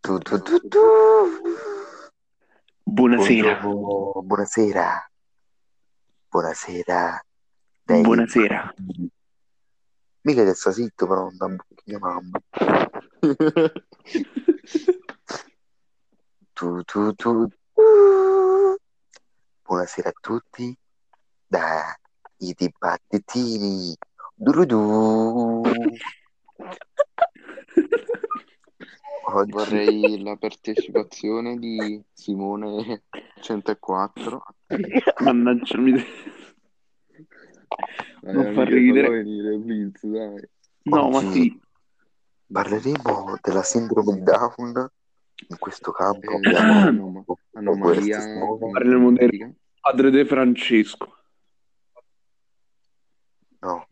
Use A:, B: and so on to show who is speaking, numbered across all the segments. A: Tu, tu, tu, tu.
B: Buonasera.
A: Buongiorno, Buonasera. Buonasera. Dai,
B: Buonasera.
A: Mica che sta zitto, però da mia mamma. tu, tu, tu. Buonasera a tutti. Da i dibattitini. Durudu. Oggi
C: Vorrei la partecipazione di Simone 104.
B: Mannaggia, mi...
C: Dai,
B: Non fa
C: amico,
B: ridere.
C: fallo venire, Blitz, dai.
B: No, ma sì.
A: parleremo della sindrome Down. In questo campo
C: Eh,
A: abbiamo
C: anom-
B: Ecco.
C: anomalia.
A: Questo sono-
B: Parliamo del- Padre De Francesco.
A: No,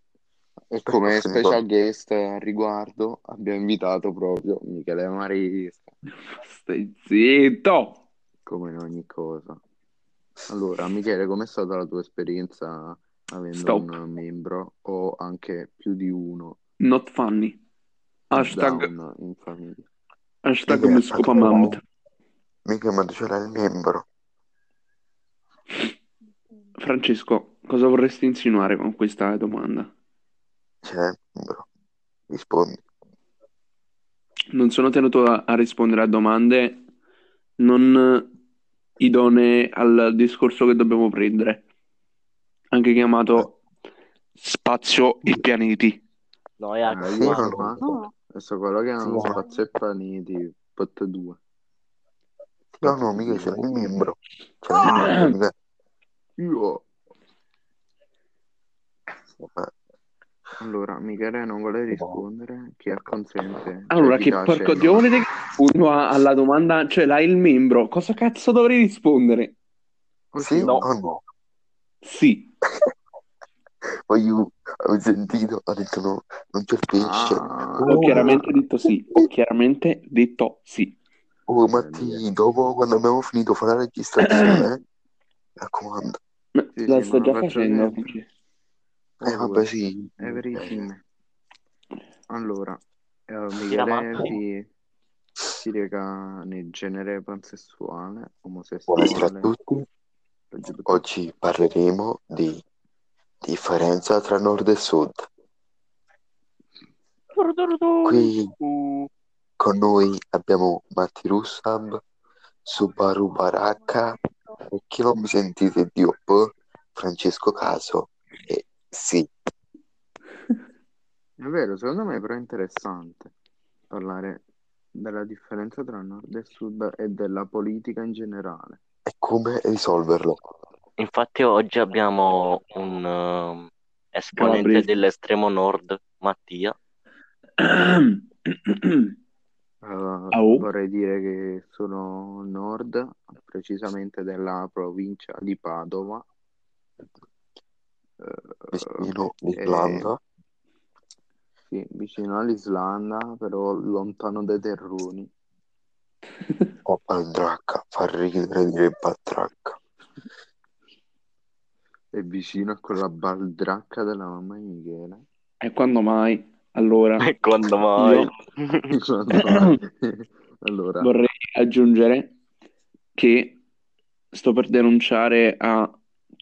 C: E come
A: Questo mi
C: special
A: ricordo.
C: guest a riguardo abbiamo invitato proprio Michele Marista,
B: Stai zitto.
C: come in ogni cosa. Allora, Michele, com'è stata la tua esperienza avendo
B: Stop.
C: un membro o anche più di uno
B: Not funny. Hashtag,
C: down in famiglia?
B: hashtag mi scopa Mamma.
A: mica mi c'era il membro.
B: Francesco, cosa vorresti insinuare con questa domanda?
A: C'era Cioè, il membro. Rispondi.
B: Non sono tenuto a, a rispondere a domande non idonee al discorso che dobbiamo prendere, anche chiamato spazio e pianeti.
D: No, è anche
C: Ah,
A: sì,
C: io
A: no,
C: sono-
D: no.
C: Adesso quello che hanno
A: Sì.
C: spazio e pianeti, pot 2.
A: No, no, mica c'era il membro. C'era il
C: Ah!
A: membro. mica-
C: Io.
A: Ma-
C: Allora, Michele non vuole rispondere. Chi acconsente?
B: Allora,
C: Cioè, chi
B: che
C: tace
B: porco
C: no?
B: diavolo che rispondo a- alla domanda, cioè l'hai il membro, cosa cazzo dovrei rispondere?
C: Oh,
A: Sì
C: no.
A: o no?
B: Sì,
A: Poi io ho sentito, ho detto no, non c'è il pesce.
C: Ah,
A: Oh,
B: ho chiaramente detto sì, ho chiaramente detto sì.
A: Oh, Matti, dopo quando abbiamo finito fa la registrazione, eh, mi raccomando.
B: Ma
C: Sì,
B: La
C: sì,
B: sto
C: ma
B: già
C: lo faccio
B: facendo.
C: sempre.
A: Eh, vabbè, sì.
C: Everything. Allora, eh,
D: Tiramatto.
C: Michele si, si reca nel genere pansessuale,
A: Buonasera a
C: omosessuale.
A: tutti. Oggi parleremo di differenza tra nord e sud. Qui con noi abbiamo Matti Russab, Subaru Baracca, e chi non mi sentite Diop, Francesco Caso e sì,
C: È vero, secondo me però è interessante parlare della differenza tra nord e sud e della politica in generale.
A: e come risolverlo?
D: Infatti oggi abbiamo un ehm, esponente
B: Calabrese.
D: dell'estremo nord, Mattia.
C: Eh,
B: oh.
C: vorrei dire che sono nord, precisamente della provincia di Padova. Eh,
A: Vicino
C: eh,
A: l'Irlanda,
C: sì, vicino all'Islanda, però lontano dai terroni.
A: o Pandracca, fa ridere dire Patracca.
C: È vicino a quella baldracca della mamma di Michele.
B: E quando mai? Allora,
D: Quando
B: io
C: allora,
B: vorrei aggiungere che sto per denunciare a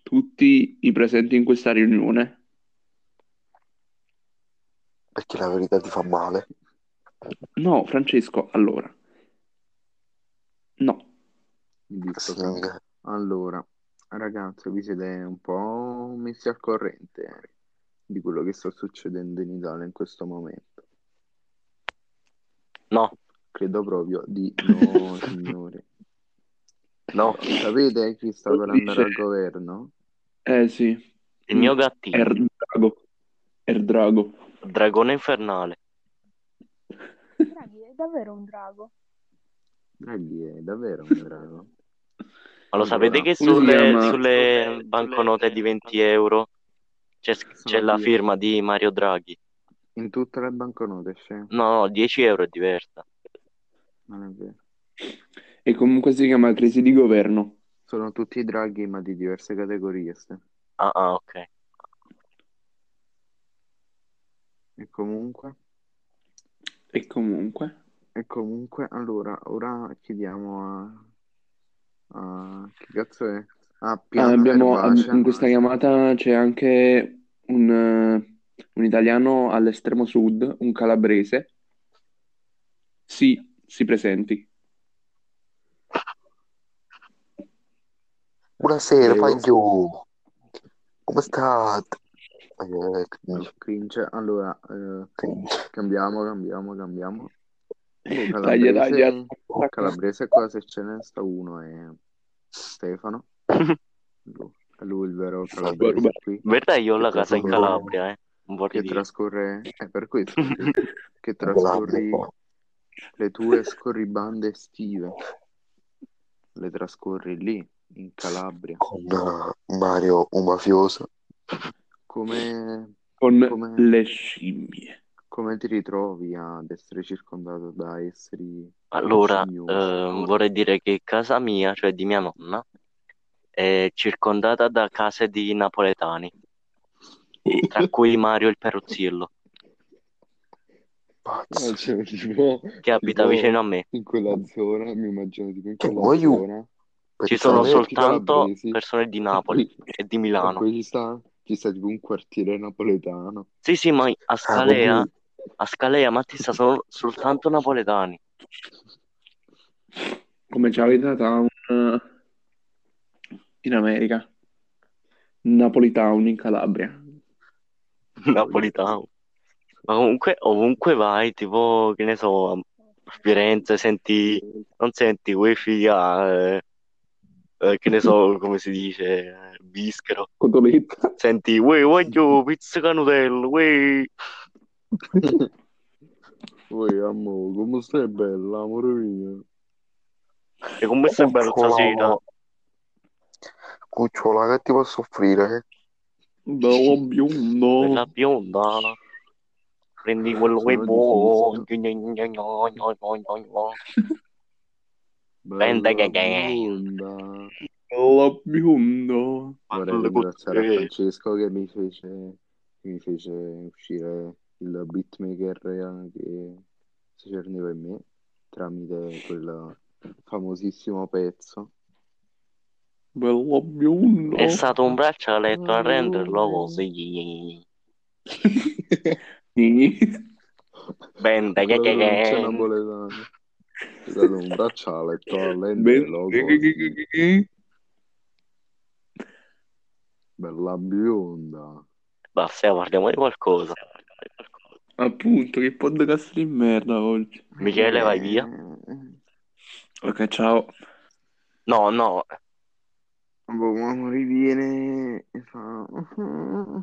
B: tutti i presenti in questa riunione.
A: Perché la verità ti fa male.
B: No, Francesco, allora. No.
C: mi dico
A: Sì,
C: che- Allora, ragazzi, vi siete un po' messi al corrente eh, di quello che sta succedendo in Italia in questo momento.
D: No,
C: Credo proprio di no, signori.
D: no,
C: Sapete chi sta per andare al
B: Dice-
C: governo?
B: Eh sì,
D: il mio gattino,
B: Er- Erdrago. Erdrago.
D: dragone infernale.
E: Draghi è davvero un drago.
C: Draghi è davvero un drago.
D: Ma lo sapete
C: Allora,
B: come
D: che
B: si
D: sulle,
B: chiama?
D: sulle banconote di 20 euro c'è, c'è la firma di Mario Draghi?
C: In tutte le banconote c'è,
D: No, no, 10 euro è diversa.
C: non è vero.
B: E comunque si chiama crisi di governo.
C: Sono tutti draghi, ma di diverse categorie. ste.
D: Ah, ah, ok.
C: E comunque,
B: E comunque,
C: E comunque, allora, ora chiediamo a... a- Che cazzo è? Ah,
B: Ah,
C: Piano
B: abbiamo-
C: Erbace.
B: in questa chiamata c'è anche un, eh, un italiano all'estremo sud, un calabrese. Sì, si presenti.
A: Buonasera,
C: Prego.
A: paglio. Come state? Eh,
C: No, cringe. Allora, eh, cambiamo, cambiamo, cambiamo. Oh,
B: Taglia, taglia.
C: Calabrese qua se ce ne sta uno è Stefano. Lui- È lui il vero calabrese qui.
D: In verità io ho la
C: Che
D: casa in
C: trascorre-
D: Calabria, eh. Non vorrei
C: Che
D: dire.
C: trascorre... È per questo che, che trascorri le tue scorribande estive. Le trascorri lì, in Calabria.
A: con eh, Mario, un mafioso.
C: Come,
B: Con
C: Come-
B: le scimmie.
C: come ti ritrovi ad essere circondato da esseri...
D: Allora,
C: insidiosi?
D: ehm, vorrei dire che casa mia, cioè di mia nonna, è circondata da case di napoletani, tra cui Mario il Peruzziello,
A: Pazzo.
C: No, cioè, tipo,
D: che abita
C: tipo
D: vicino a me.
C: in quella zona, mi immagino tipo in
A: Che
C: quella
A: vuoi io?
C: zona.
D: Ci
A: Pensavo-
D: sono
C: Pensavo-
D: soltanto
C: Calabresi.
D: persone di Napoli
C: E
D: e di
C: poi- e
D: Milano.
C: poi ci sta, ci sta tipo un quartiere napoletano.
D: Sì, sì, ma a Scalea,
A: voi-
D: a Scalea, Mattista, sono soltanto napoletani.
B: Come ci avete Town eh, in America. Napoli Town in Calabria.
D: Napolitano. Ma comunque, ovunque vai, tipo, che ne so, a Firenze senti, non senti wifi a, eh, eh, che ne so, come si dice, eh, Bischero.
B: Cotoletta.
D: Senti, uè, voglio pizza canutello, uè.
C: Voi, amore, come stai bella, amore mio?
D: E come stai bello
A: Cucciolo.
D: stasera?
A: Cucciola, che ti posso offrire?
B: Bello biondo.
D: Bella bionda. Prendi quello che
C: Sono
D: vuoi.
C: indeciso.
D: Benda
C: Bella
D: che- che-
C: bionda.
B: Bello biondo.
C: Vorrei ringraziare Francesco che mi fece, che mi fece uscire il beatmaker eh, che si cerniva in me tramite quel famosissimo pezzo.
B: Bello biondo.
D: È stato un braccialetto a renderlo così. Benda che- che- che-
C: C'è napoletano. È stato un bracciale,
B: Ben-
C: talento, logo, bella bionda.
D: Basta, parliamo di qualcosa.
B: Appunto, che podcast di merda oggi.
D: Michele, vai via.
C: Eh,
B: Ok, ciao.
D: No, no,
C: Boh, mamma riviene e fa... "Ah,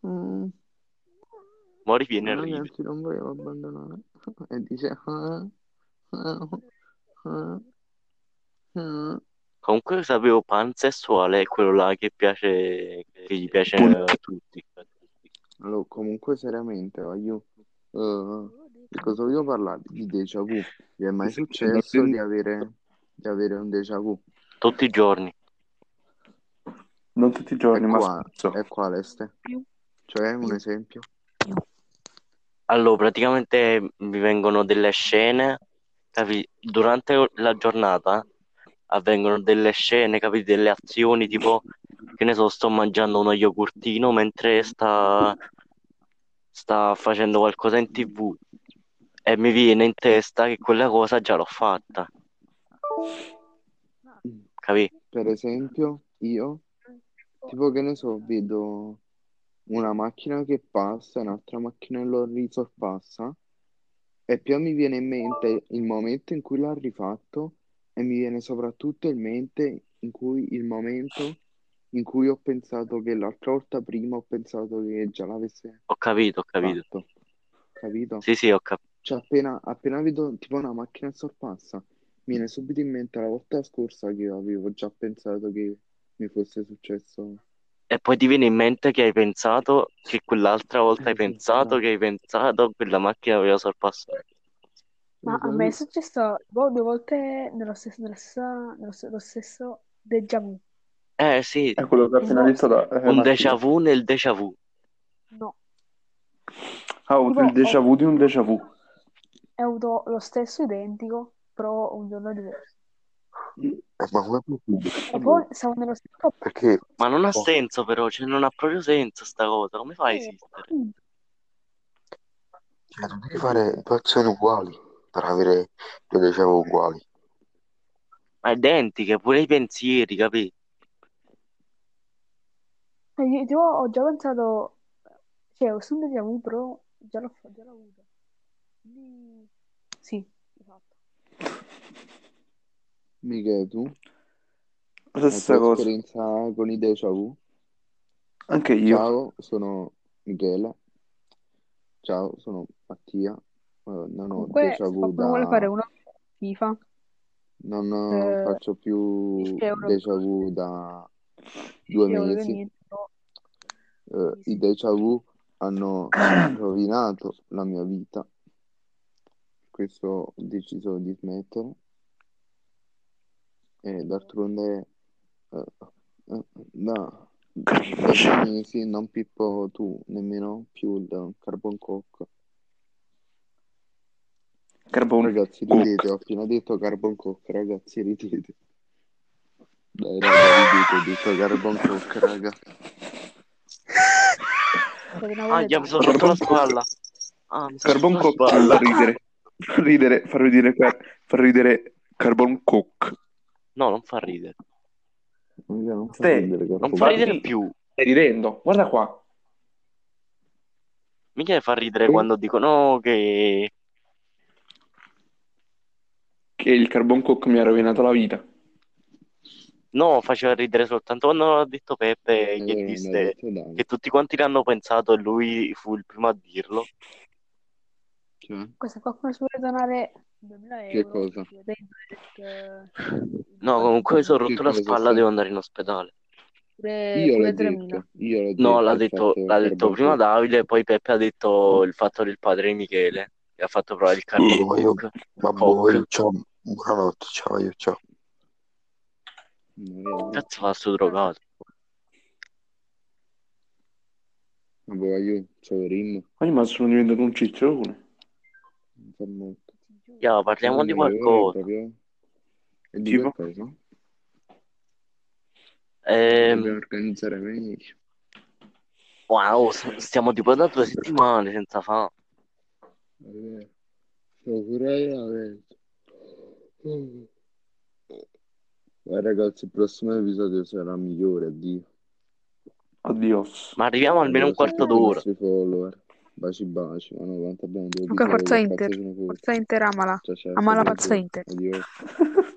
D: mo riviene e ride.
C: Ragazzi, non volevo abbandonare. E dice... "Ah, ah, ah, ah".
D: Comunque sapevo pansessuale è quello là che piace, che gli piace
B: Pun-
D: a tutti.
C: Allora, comunque seriamente, voglio... eh, di cosa voglvo parlare? Di déjà vu. Vi è mai successo di avere, di avere un déjà vu?
D: Tutti i giorni.
B: Non tutti i
C: E
B: giorni, ma
C: Ecco qua, Eh.
B: spesso.
C: e qua l'este? Cioè, un esempio?
D: Allora, praticamente mi vengono delle scene, capi? Durante la giornata avvengono delle scene, capi? Delle azioni, tipo, che ne so, sto mangiando uno yogurtino mentre sta, sta facendo qualcosa in tv e mi viene in testa che quella cosa già l'ho fatta, capi?
C: Per esempio, io, tipo che ne so, vedo una macchina che passa, un'altra macchina lo risorpassa e più mi viene in mente il momento in cui l'ha rifatto e mi viene soprattutto in mente in cui il momento in cui ho pensato che l'altra volta prima ho pensato che già l'avesse
D: Ho capito, ho capito.
C: fatto. Capito?
D: Sì, sì, ho capito.
C: Cioè, appena, appena vedo tipo una macchina che sorpassa, mi viene subito in mente la volta scorsa che avevo già pensato che mi fosse successo.
D: E poi ti viene in mente che hai pensato che quell'altra volta
C: Eh,
D: hai
C: sì,
D: pensato
C: bravo.
D: che hai pensato quella macchina aveva sorpassato.
E: Ma a me è successo boh, due volte nello stesso, nello stesso, nello stesso, nello stesso déjà vu.
D: Eh sì,
B: È quello che ha appena detto da... eh,
D: un
B: Martino.
D: déjà vu nel déjà vu.
E: No,
B: Ah, Ha
C: Ecco,
B: avuto il déjà vu di un déjà vu.
E: È avuto lo stesso identico, però un giorno diverso.
A: Eh, ma come è possibile?
E: E
C: Boh.
E: poi siamo nello stesso
A: Perché
D: Ma non ha
C: Oh.
D: senso però, cioè non ha proprio senso sta cosa, come
E: Eh.
D: fa a esistere?
A: cioè, non devi fare due azioni uguali per avere due déjà vu uguali.
D: Ma identiche, pure i pensieri, capì?
E: Eh, Io, io ho già pensato, cioè, ho sempre déjà vu, però già l'ho fa- già l'ho avuto. Quindi, sì, esatto.
C: Michele, tu?
B: La
C: La tua
B: stessa cosa.
C: esperienza con i déjà vu?
B: Anche io.
C: Ciao, sono Michela. Ciao, sono Mattia. Eh, non ho
E: Comunque,
C: déjà
E: se
C: vu
E: qualcuno
C: da-
E: vuole fare una FIFA,
C: Non eh,
E: Eh,
C: faccio più
E: 10 euro.
C: déjà vu da due
E: io
C: mesi.
E: niente, però
C: Eh, I déjà vu hanno rovinato la mia vita. Questo ho deciso di smettere. E d'altronde, eh, eh, da, da due mesi non pippo tu, nemmeno più il carbon coke.
B: Carbone.
C: Ragazzi,
B: Coke.
C: ridete, ho appena detto carbon coke, ragazzi, ridete. Dai, raga, ridete, ho detto carbon coke, raga.
E: perché una
D: Ah,
E: volta
D: già mi sono
B: Carbon
D: rotto la
B: coke.
D: spalla. Ah, mi sono
B: Carbon
D: rotto la
B: cock
D: spalla.
B: fa ridere. Fa ridere, fa ridere, car- fa ridere carbon cock.
D: No, non fa ridere.
C: Raga, non fa
B: Ste-
C: ridere
D: Non
C: carbon
D: fa
B: Infatti-
D: ridere più.
B: Stai ridendo, guarda qua.
D: Michele fa ridere quando dicono che...
B: Che il carbon cock mi ha rovinato la vita.
D: No, faceva ridere soltanto quando ha detto Peppe
C: coke.
D: che
C: Eh, non ho
D: disse
C: detto Dante,
D: che tutti quanti l'hanno pensato e lui fu il primo a dirlo.
C: cioè.
E: questa qua come si vuole donare 2000
C: Che
E: euro,
C: cosa?
E: io penso che-
D: No, comunque mi sono
C: Che
D: rotto la
C: cosa,
D: spalla,
C: stai?
D: devo andare in ospedale.
E: pure-
C: Io l'ho
E: pure 3000.
C: detto, io l'ho
D: No,
C: detto,
D: l'ha
C: ho
D: detto,
C: fatto
D: l'ha detto
C: carbon
D: prima
C: coke.
D: Davide, poi Peppe ha detto il fatto del padre di Michele, che ha fatto provare il carbon
A: Ma io-
D: coke.
A: Ma boh,
D: Coke.
A: io ciao, buonanotte, ciao, io ciao.
C: No, raga,
D: Cazzo fa sto drogato?
C: ma voglio, c'ho il rim,
B: Poi ma sono diventato un ciccione.
C: non fa molto.
E: Ti giuro.
D: Ya, parliamo di
C: Raga, io vorrei
D: qualcosa.
C: proprio... E di
B: Tipo?
C: che cosa?
D: Ehm,
C: Dobbiamo organizzare meglio.
D: wow, s- stiamo tipo da due settimane senza fa.
C: Vabbè, Sono pure io adesso. Eh, ragazzi, il prossimo episodio sarà migliore, addio.
B: Adios.
D: Ma arriviamo almeno un
C: Addio a
D: quarto
C: tutti i
D: d'ora.
C: nostri follower. Baci baci, ma no, quanto abbiamo due
E: Comunque,
C: episodi,
E: forza
C: che cazzo
E: Inter,
C: ce ne frega.
E: forza Inter, amala.
C: Ciao ciao,
E: Amala
C: ciao,
E: pazza
C: ciao.
E: Inter.
C: Addio.